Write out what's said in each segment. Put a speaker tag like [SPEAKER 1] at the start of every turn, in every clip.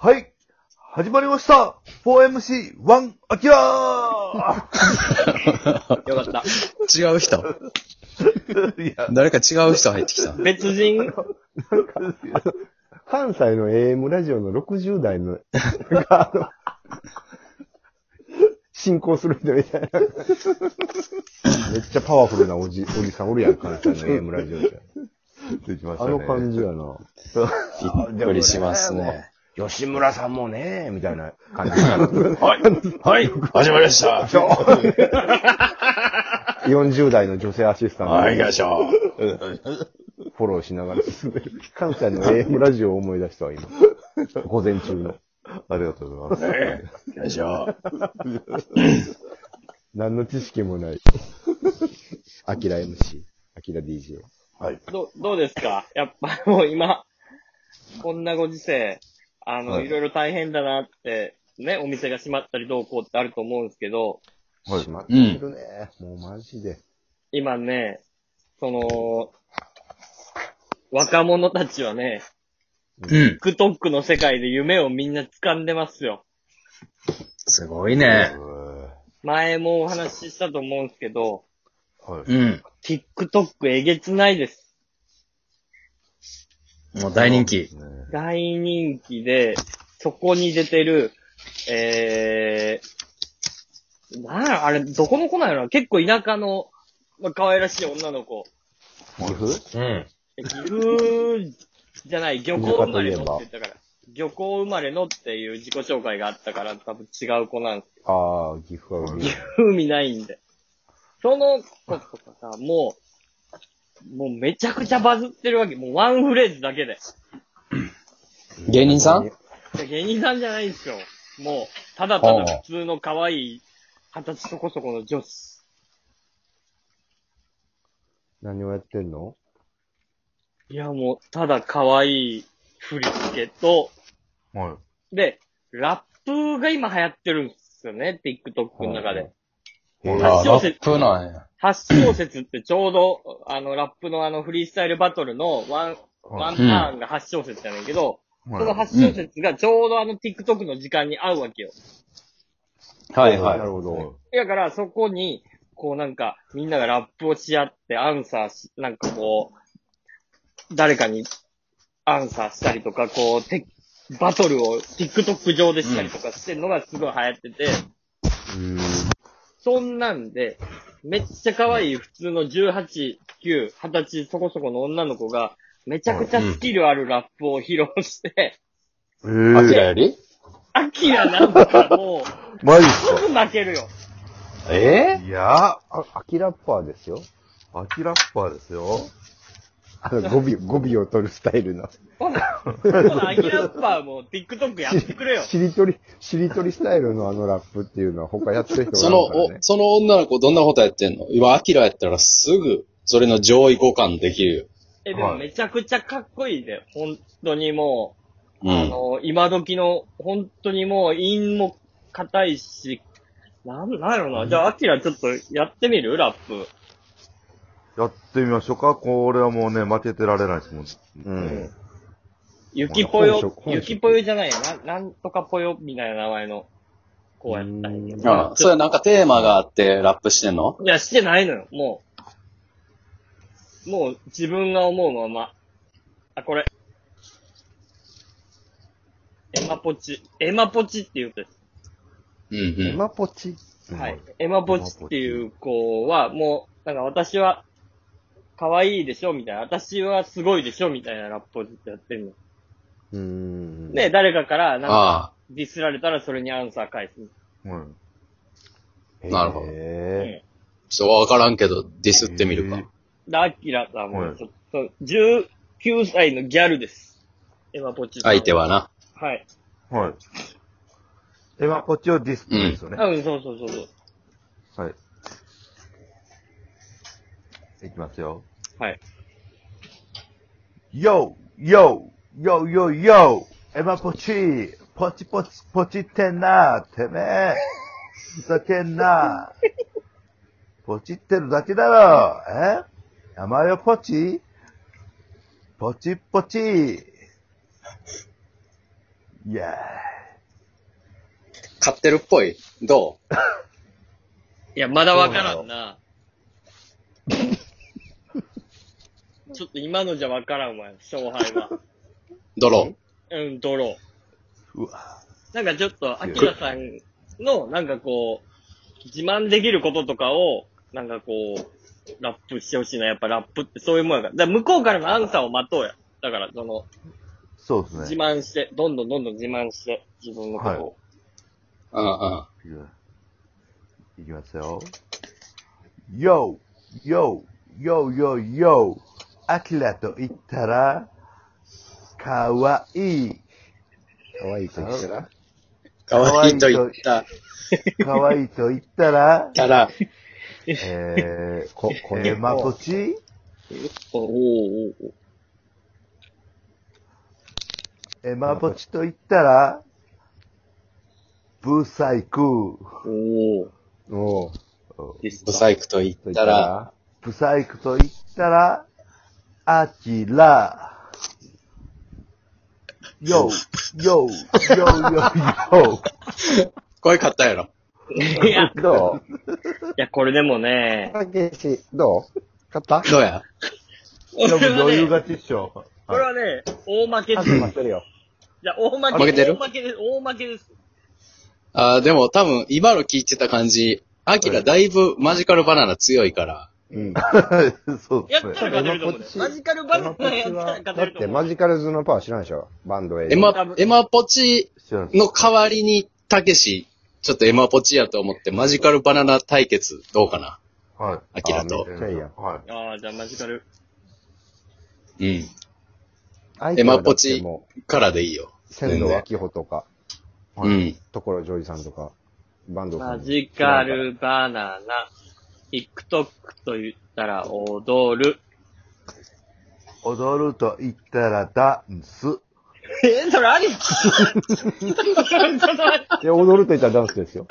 [SPEAKER 1] はい。始まりました !4MC1 アキラー
[SPEAKER 2] よかった。
[SPEAKER 3] 違う人。
[SPEAKER 1] いや、
[SPEAKER 3] 誰か違う人入ってきた。
[SPEAKER 2] 別人
[SPEAKER 4] 関西の AM ラジオの60代の、 が、あの進行する人みたいな。
[SPEAKER 1] めっちゃパワフルなおじ、おじさんおるやん、関西の
[SPEAKER 4] AM ラジオで。
[SPEAKER 1] できました
[SPEAKER 4] あ
[SPEAKER 1] ね。
[SPEAKER 4] の感じやな。
[SPEAKER 3] びっくりしますね。
[SPEAKER 4] 吉村さんもね、みたいな感じかな。
[SPEAKER 2] はい。はい。
[SPEAKER 3] 始まりま した。
[SPEAKER 4] 40代の女性アシスタント
[SPEAKER 3] 行きましょう。
[SPEAKER 4] をフォローしながら進める。関西の AM ラジオを思い出したわ、 今。午前中の。
[SPEAKER 1] ありがとうございます。
[SPEAKER 3] 行きましょう。
[SPEAKER 4] 何の知識もない。アキラ MC、アキラ DJ。
[SPEAKER 2] ど、どうですかやっぱもう今、こんなご時世、あの、
[SPEAKER 1] はい
[SPEAKER 2] い、ろいろ大変だなって、ね、お店が閉まったりどうこうってあると思うんですけど、
[SPEAKER 1] はい
[SPEAKER 4] しまってるね。もうマジで。
[SPEAKER 2] 今ね、その、若者たちはね、
[SPEAKER 3] うん。
[SPEAKER 2] TikTok の世界で夢をみんな掴んでますよ。
[SPEAKER 3] すごいね。
[SPEAKER 2] 前もお話ししたと思うんですけど、
[SPEAKER 1] はい。
[SPEAKER 3] うん。
[SPEAKER 2] TikTok えげつないです。
[SPEAKER 3] もう大人気。
[SPEAKER 1] ね
[SPEAKER 2] 大人気で、そこに出てる、えー、なんやあれ、どこの子なんやろな結構田舎の、まあ、可愛らしい女の子。
[SPEAKER 4] 岐阜
[SPEAKER 3] うん。
[SPEAKER 2] 岐阜じゃない、漁港生まれのって言ったから。漁港生まれのっていう自己紹介があったから、多分違う子なんです。
[SPEAKER 4] ああ、岐阜は海。
[SPEAKER 2] 風味ないんで。その子とかさ、もう、もうめちゃくちゃバズってるわけ。もうワンフレーズだけで。
[SPEAKER 3] 芸人さん
[SPEAKER 2] いや芸人さんじゃないんですよ。もう、ただただ普通の可愛い、二十歳そこそこの女子。
[SPEAKER 4] 何をやってんの
[SPEAKER 2] いや、もう、ただ可愛い振り付けと、
[SPEAKER 1] はい。
[SPEAKER 2] で、ラップが今流行ってるんですよね、TikTok の中で。
[SPEAKER 4] え
[SPEAKER 3] あ
[SPEAKER 4] ー
[SPEAKER 3] ラ
[SPEAKER 2] 小
[SPEAKER 3] ッ
[SPEAKER 2] 説
[SPEAKER 3] プなんや。
[SPEAKER 2] 8小節ってちょうど、あの、ラップのあの、フリースタイルバトルのワン、ワンターンが8小節じゃないけど、その
[SPEAKER 1] はい。
[SPEAKER 2] 8小節がちょうどあの TikTok の時間に合うわけよ。
[SPEAKER 3] はい
[SPEAKER 4] な
[SPEAKER 3] はい。
[SPEAKER 4] るほど。
[SPEAKER 2] だから、そこに、こうなんか、みんながラップをし合って、アンサーし、なんかこう、誰かにアンサーしたりとか、こう、てバトルを TikTok 上でしたりとかしてるのがすごい流行ってて、
[SPEAKER 4] うん。
[SPEAKER 2] そんなんで、めっちゃ可愛い普通の18、9、20歳そこそこの女の子が、めちゃくちゃスキルあるラップを披露して、
[SPEAKER 1] え
[SPEAKER 3] アキ
[SPEAKER 1] ー、
[SPEAKER 3] ラより
[SPEAKER 2] アキラなんかもう、
[SPEAKER 1] マジっ
[SPEAKER 2] す
[SPEAKER 1] す
[SPEAKER 2] ぐ負けるよ。
[SPEAKER 3] え
[SPEAKER 1] かいや
[SPEAKER 4] あ、アキラッパーですよ。
[SPEAKER 1] ー、アキラッパーですよ。
[SPEAKER 4] あの、語尾、 語尾を取るスタイルの。
[SPEAKER 2] ほな、ほな、アキラッパーも TikTok やってくれよ。
[SPEAKER 4] しりとり、しりとりスタイルのあのラップっていうのは他やってる人
[SPEAKER 5] そ
[SPEAKER 4] が
[SPEAKER 5] の、
[SPEAKER 4] いるから
[SPEAKER 5] お
[SPEAKER 4] ね。
[SPEAKER 5] その女の子どんなことやってんの今、アキラやったらすぐ、それの上位互換できるよ。
[SPEAKER 2] え、でも
[SPEAKER 1] はい
[SPEAKER 2] めちゃくちゃかっこいいで、本当にも
[SPEAKER 5] う
[SPEAKER 2] う、あ
[SPEAKER 5] ん。
[SPEAKER 2] の、今時の、本当にもう、韻も硬いし、なん、なんやろな。じゃあ、アキラちょっとやってみるラップ。
[SPEAKER 1] やってみましょうか。これはもうね、負けてられないですもん。
[SPEAKER 4] うん。
[SPEAKER 2] 雪ぽ
[SPEAKER 4] 本
[SPEAKER 2] よ
[SPEAKER 4] 職、本職
[SPEAKER 2] 雪ぽよじゃないやな、なんとかぽよみたいな名前の、こうやったんやけど
[SPEAKER 5] あそれなんかテーマがあってラップしてんの
[SPEAKER 2] いや、してないのよ、もう。もう、自分が思うまま。あ、これ。エマポチ。エマポチっていうと
[SPEAKER 5] うん
[SPEAKER 4] エ
[SPEAKER 5] うん。
[SPEAKER 4] マポチ。
[SPEAKER 2] はい。。エマポチっていう子は、もう、なんか私は、可愛いでしょみたいな。私はすごいでしょみたいなラップをずっとやってる
[SPEAKER 4] うーん。
[SPEAKER 2] の。で、誰かから、なん
[SPEAKER 5] あ
[SPEAKER 2] か、ディスられたらそれにアンサー返す。
[SPEAKER 1] はい。
[SPEAKER 4] へー、
[SPEAKER 5] なるほど
[SPEAKER 4] え
[SPEAKER 5] あ、ちょっとわからんけど、ディスってみる
[SPEAKER 1] えー
[SPEAKER 5] か。
[SPEAKER 2] で、アキラさん
[SPEAKER 1] は
[SPEAKER 2] も、
[SPEAKER 1] い
[SPEAKER 2] ちょっと、19歳のギャルです。エマポチさん
[SPEAKER 5] 相手。はな。
[SPEAKER 2] はい。
[SPEAKER 1] はい。え、まあ、こっちをディスプレイですよね。
[SPEAKER 2] うん、そうそうそうそう。
[SPEAKER 1] はい。いきますよ。
[SPEAKER 2] はい。
[SPEAKER 1] YO! YO! YO! YO! YO! エマポチポチポチポチってなてめえふざけんなポチってるだけだろえ名前はポチポチポチいや
[SPEAKER 5] 買ってるっぽいどう
[SPEAKER 2] いや、まだわからんな。ちょっと今のじゃわからんわよ、勝敗は。
[SPEAKER 5] ドロ
[SPEAKER 2] うん、ドロ
[SPEAKER 1] ー。うわ。
[SPEAKER 2] ー。なんかちょっと、アキラさんの、なんかこう、自慢できることとかを、なんかこう、ラップしてほしいな。やっぱラップってそういうもんやから。だから向こうからのアンサーを待とうや。だから、その、
[SPEAKER 1] そうですね。
[SPEAKER 2] 自慢して、どんどんどんどん自慢して、自分のことを。
[SPEAKER 5] ーうんうん。
[SPEAKER 1] いきますよ。よ o よ o よ o よ o よ o アキラと言ったら、かわいい。
[SPEAKER 4] 可愛いと言ったら、
[SPEAKER 5] かわいいと言った
[SPEAKER 1] かわいいと言ったら、
[SPEAKER 5] たら、
[SPEAKER 1] え
[SPEAKER 4] こ、こ
[SPEAKER 1] ー、
[SPEAKER 4] れ
[SPEAKER 1] え、まこち
[SPEAKER 2] おおおお
[SPEAKER 1] エマポチと言ったら、ブーサイク。
[SPEAKER 2] おお
[SPEAKER 4] おう
[SPEAKER 2] です
[SPEAKER 5] ブ
[SPEAKER 2] か。
[SPEAKER 5] サイクと言っ
[SPEAKER 4] と言ったた
[SPEAKER 5] ら、
[SPEAKER 4] ら、
[SPEAKER 1] ブサイクと言ったら、アキラ。よう、よう、よう、よう、よ
[SPEAKER 5] 声買ったやろ。
[SPEAKER 2] いや、い
[SPEAKER 4] ど
[SPEAKER 2] や、これでも
[SPEAKER 4] う
[SPEAKER 2] ね、
[SPEAKER 4] たけし、どう勝った
[SPEAKER 5] どうや
[SPEAKER 1] う。で
[SPEAKER 2] 俺
[SPEAKER 1] も
[SPEAKER 2] は
[SPEAKER 1] 余裕
[SPEAKER 2] ね、
[SPEAKER 1] 勝ちっしょ。
[SPEAKER 2] こ れはね、大負けで
[SPEAKER 4] あ
[SPEAKER 2] す。
[SPEAKER 4] と待ってるよ。
[SPEAKER 2] いや、大負け
[SPEAKER 5] 負けてる
[SPEAKER 2] 大負けです。大負けです。
[SPEAKER 5] あーでも多分、今の聞いてた感じ、アキラだいぶマジカルバナナ強いから、
[SPEAKER 4] うん。
[SPEAKER 1] そう
[SPEAKER 2] や
[SPEAKER 1] で
[SPEAKER 2] っ
[SPEAKER 1] す
[SPEAKER 2] た
[SPEAKER 1] ね
[SPEAKER 2] ら。勝てると思うね
[SPEAKER 4] エマポ。チ
[SPEAKER 2] マジカルバナナやったら勝
[SPEAKER 4] だ
[SPEAKER 2] て
[SPEAKER 4] っ
[SPEAKER 2] ると
[SPEAKER 4] て
[SPEAKER 2] 思う。
[SPEAKER 4] マジカルズのパワー知らんでしょバンドエイ
[SPEAKER 5] エ
[SPEAKER 4] ジ。
[SPEAKER 2] 多
[SPEAKER 5] マ
[SPEAKER 2] 分、
[SPEAKER 5] エマポチ
[SPEAKER 1] 知らん
[SPEAKER 5] の代わりに、たけし、ちょっとエマポチやと思って、マジカルバナナ対決、どうかな
[SPEAKER 1] はい。
[SPEAKER 5] アキラと
[SPEAKER 4] め。っちゃいいやん
[SPEAKER 1] は
[SPEAKER 2] ああ、じゃあマジカル。
[SPEAKER 5] うん。
[SPEAKER 4] 相
[SPEAKER 5] エ
[SPEAKER 4] 手は
[SPEAKER 5] マ
[SPEAKER 4] だ
[SPEAKER 5] ポ
[SPEAKER 4] って
[SPEAKER 5] チ
[SPEAKER 4] も
[SPEAKER 5] からでいいよ。
[SPEAKER 4] う、仙道明穂とか、
[SPEAKER 5] う
[SPEAKER 1] はい
[SPEAKER 5] ん。
[SPEAKER 4] 所ジョージさんとか、バンドさ
[SPEAKER 2] マ
[SPEAKER 4] ん。
[SPEAKER 2] ジカルバナナ。TikTok と言ったら踊る。
[SPEAKER 1] い。踊ると言ったらダンス。
[SPEAKER 2] え、それありちょっと待って。
[SPEAKER 4] いや、踊ると言ったらダンスですよ。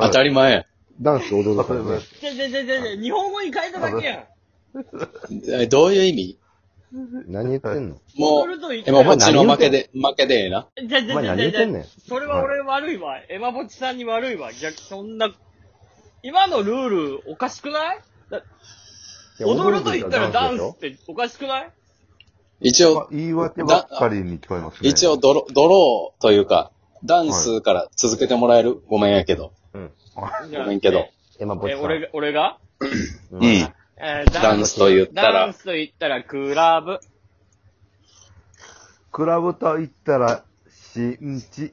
[SPEAKER 5] 当たり前。
[SPEAKER 4] ダンスと踊るから
[SPEAKER 1] は
[SPEAKER 4] ね
[SPEAKER 1] い。
[SPEAKER 2] ちょちょちょちょ、日本語に変えただけやん。
[SPEAKER 5] えどういう意味
[SPEAKER 4] 何言ってんの
[SPEAKER 5] もう
[SPEAKER 2] 踊ると言っ、た
[SPEAKER 5] エ
[SPEAKER 2] ら
[SPEAKER 5] マポチの負けで、負けでええな。
[SPEAKER 2] じゃじ
[SPEAKER 4] お
[SPEAKER 2] ゃ
[SPEAKER 4] 前
[SPEAKER 2] じゃ
[SPEAKER 4] 何
[SPEAKER 2] じゃ
[SPEAKER 4] 言っ
[SPEAKER 2] じゃ
[SPEAKER 4] てんねん。
[SPEAKER 2] それは俺悪いわ。エマぼちさんに悪いわ。逆、そんな、今のルールおかしくないだ
[SPEAKER 4] いや
[SPEAKER 2] 踊ると言ったらダン
[SPEAKER 4] でし
[SPEAKER 2] スっ
[SPEAKER 4] ょ
[SPEAKER 2] ておかしくない
[SPEAKER 5] 一
[SPEAKER 1] まあ
[SPEAKER 5] 応、
[SPEAKER 1] 言い訳ばっかりに聞こえますね。
[SPEAKER 5] 一応ドロ、ドローというか、ダンスから続けてもらえるごめんやけど。
[SPEAKER 2] じゃ
[SPEAKER 5] ご
[SPEAKER 2] あ
[SPEAKER 5] めんけど。
[SPEAKER 4] エマポチ
[SPEAKER 2] え、
[SPEAKER 4] さん。
[SPEAKER 2] 俺が、俺が、
[SPEAKER 4] う
[SPEAKER 5] うんん。
[SPEAKER 2] えー
[SPEAKER 5] ダンスと言った
[SPEAKER 2] ダン
[SPEAKER 5] ら、
[SPEAKER 2] スと言ったらクラブ。
[SPEAKER 1] クラブと言ったら、新地。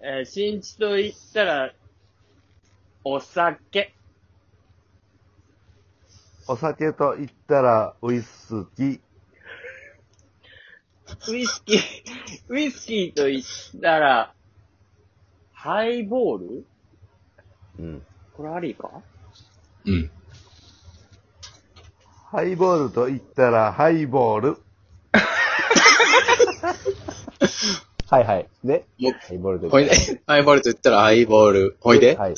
[SPEAKER 2] えー、新地と言ったら、お酒。
[SPEAKER 1] お酒と言ったら、ウイスキー。
[SPEAKER 2] ウイスキー、 ウイスキーと言ったら、ハイボール
[SPEAKER 4] うん。
[SPEAKER 2] これありか
[SPEAKER 5] うん。
[SPEAKER 1] ハイボールと言ったら、ハイボール。
[SPEAKER 4] はいはい。で、
[SPEAKER 5] もう
[SPEAKER 4] ハイボールで。
[SPEAKER 5] ほいで、 ハイボールと言ったらハイボール。ほいで、
[SPEAKER 4] はい。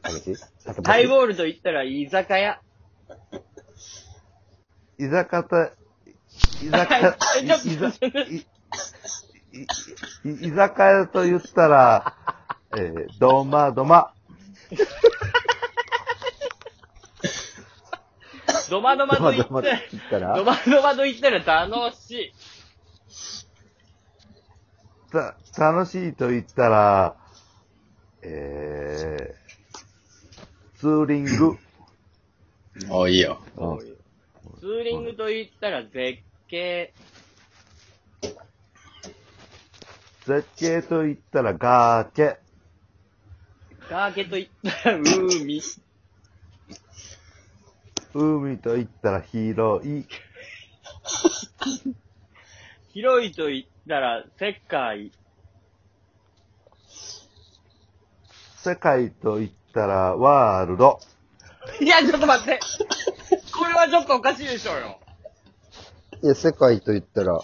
[SPEAKER 4] タケシタケポチ
[SPEAKER 2] ハイボールと言ったら居酒屋。
[SPEAKER 1] 居酒屋と、居酒屋
[SPEAKER 2] えちょっと
[SPEAKER 1] いざいいい居酒屋と言ったら、えー、ドマドマ。
[SPEAKER 2] ドマドマと言ったら、
[SPEAKER 4] 言った
[SPEAKER 2] ド
[SPEAKER 4] ら、
[SPEAKER 2] マドマと言ったら楽しい。
[SPEAKER 1] た、楽しいと言ったら、えー、ツーリング。
[SPEAKER 5] おいいよ。
[SPEAKER 4] うん
[SPEAKER 2] ツーリングと言ったら絶景。
[SPEAKER 1] 絶景と言ったら、ガーケ。
[SPEAKER 2] ガーケと言ったら海。
[SPEAKER 1] 海と言ったら、広い。
[SPEAKER 2] 広いと言ったら世界。
[SPEAKER 1] 世界と言ったら、ワールド。
[SPEAKER 2] いや、ちょっと待って。これはちょっとおかしいでしょうよ。
[SPEAKER 4] いや、世界と言ったら、ワ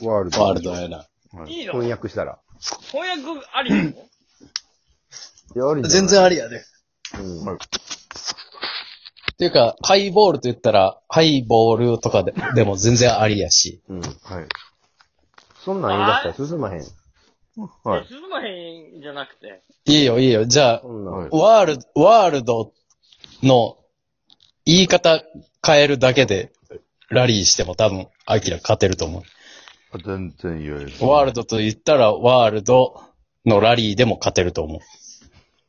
[SPEAKER 4] ールド。
[SPEAKER 5] ワールドやな。
[SPEAKER 2] いいの
[SPEAKER 4] 翻
[SPEAKER 2] 翻
[SPEAKER 4] 訳したら。
[SPEAKER 2] 訳ありなの
[SPEAKER 4] いや、ありじゃない
[SPEAKER 5] 全。然ありやで。
[SPEAKER 4] うん
[SPEAKER 1] はい
[SPEAKER 5] ていうか、ハイボールと言ったら、ハイボールとかででも全然ありやし。
[SPEAKER 4] うん。はい。そんなん言い出したら進まへん。はい。
[SPEAKER 2] 進まへんじゃなくて。
[SPEAKER 5] いいよ、いいよ。じゃあ、
[SPEAKER 4] そんなん。
[SPEAKER 1] はい
[SPEAKER 5] ワールド、ワールドの言い方変えるだけで、ラリーしても多分、アキラ勝てると思
[SPEAKER 1] 全然言える。
[SPEAKER 5] う。ワールドと言ったら、ワールドのラリーでも勝てると思う。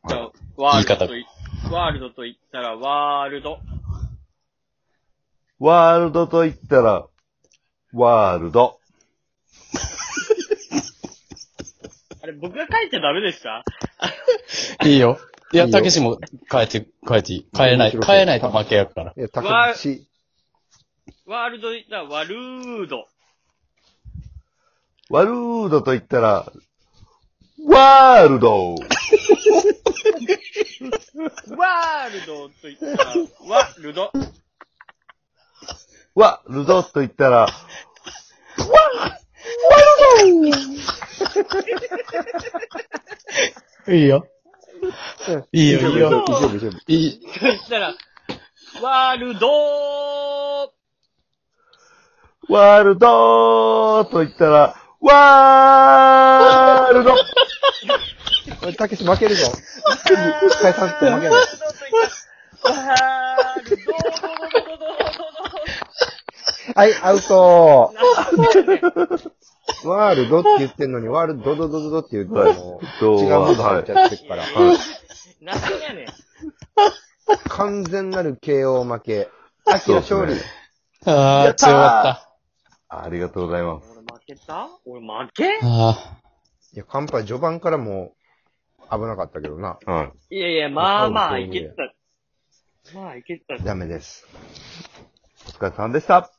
[SPEAKER 2] じゃあ、ワールドとい、ワールドと言ったら、ワールド。
[SPEAKER 1] ワールドと言ったら、ワールド。
[SPEAKER 2] あれ、僕が書いちゃダメでした
[SPEAKER 5] いいよ。い
[SPEAKER 4] い
[SPEAKER 5] や、
[SPEAKER 4] いよ
[SPEAKER 5] たけしも変えて、変えていい。変えない。
[SPEAKER 4] 面白そう
[SPEAKER 5] 変えないと負けやから。
[SPEAKER 4] いや、たけし、
[SPEAKER 2] ワールドと言ったら、ワルード。
[SPEAKER 1] ワルードと言ったら、ワールド。
[SPEAKER 2] ワールドと言ったら、ワルド。
[SPEAKER 1] ワルドと言ったら、
[SPEAKER 5] いいよ。いい
[SPEAKER 4] 以上
[SPEAKER 5] よ、いい
[SPEAKER 4] 以上
[SPEAKER 5] よ。
[SPEAKER 4] 以上以上
[SPEAKER 5] いい。
[SPEAKER 2] と言ったら、ワールドー
[SPEAKER 1] ワールドと言ったら、ワール ド。
[SPEAKER 4] おいたけし負けるぞ。一回させて負ける。
[SPEAKER 2] ワール ド
[SPEAKER 4] はい、アウトワールドって言ってんのに、ワールドドドドドって言うと、もう、違うこと入っちゃってるから、
[SPEAKER 2] なんやねん。
[SPEAKER 4] 完全なる KO 負け。アキラ勝
[SPEAKER 1] そ
[SPEAKER 4] 利。
[SPEAKER 1] うです
[SPEAKER 5] ああ、強かった。
[SPEAKER 1] ありがとうございます。
[SPEAKER 2] 俺負けた俺負け
[SPEAKER 5] あ
[SPEAKER 4] いや、カンパ序盤からもう、危なかったけどな。
[SPEAKER 1] はい
[SPEAKER 2] やいや、まあまあ、いけてた。まあ、いけてた。
[SPEAKER 4] ダメです。
[SPEAKER 1] い。お疲れさんでした。